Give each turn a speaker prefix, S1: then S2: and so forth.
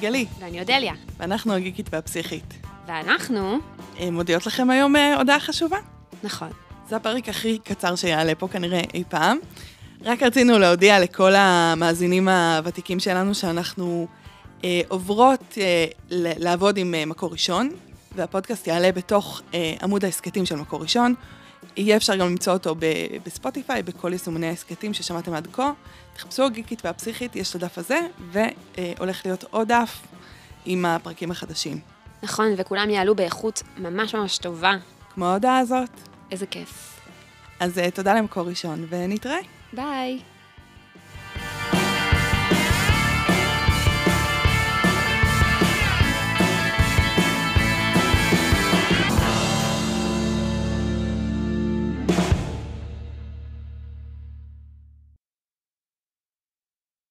S1: גלי,
S2: ואני אודליה.
S1: ואנחנו הגיקית והפסיכית.
S2: ואנחנו,
S1: אה, מודיעות לכם היום אה, הודעה חשובה?
S2: נכון,
S1: זה הפרק הכי קצר שיעלה פה כנראה אי פעם. רק רצינו להודיע לכל המאזינים הוותיקים שלנו שאנחנו אה, עוברות אה, ל- לעבוד עם אה, מקור ראשון, והפודקאסט יעלה בתוך אה, עמוד ההסכתים של מקור ראשון. יהיה אפשר גם למצוא אותו ב- בספוטיפיי, בכל יישומוני ההסכתים ששמעתם עד כה. תחפשו הגיקית והפסיכית, יש את הדף הזה, והולך להיות עוד דף עם הפרקים החדשים.
S2: נכון, וכולם יעלו באיכות ממש ממש טובה.
S1: כמו ההודעה הזאת.
S2: איזה כיף.
S1: אז אה, תודה למקור ראשון, ונתראה.
S2: ביי.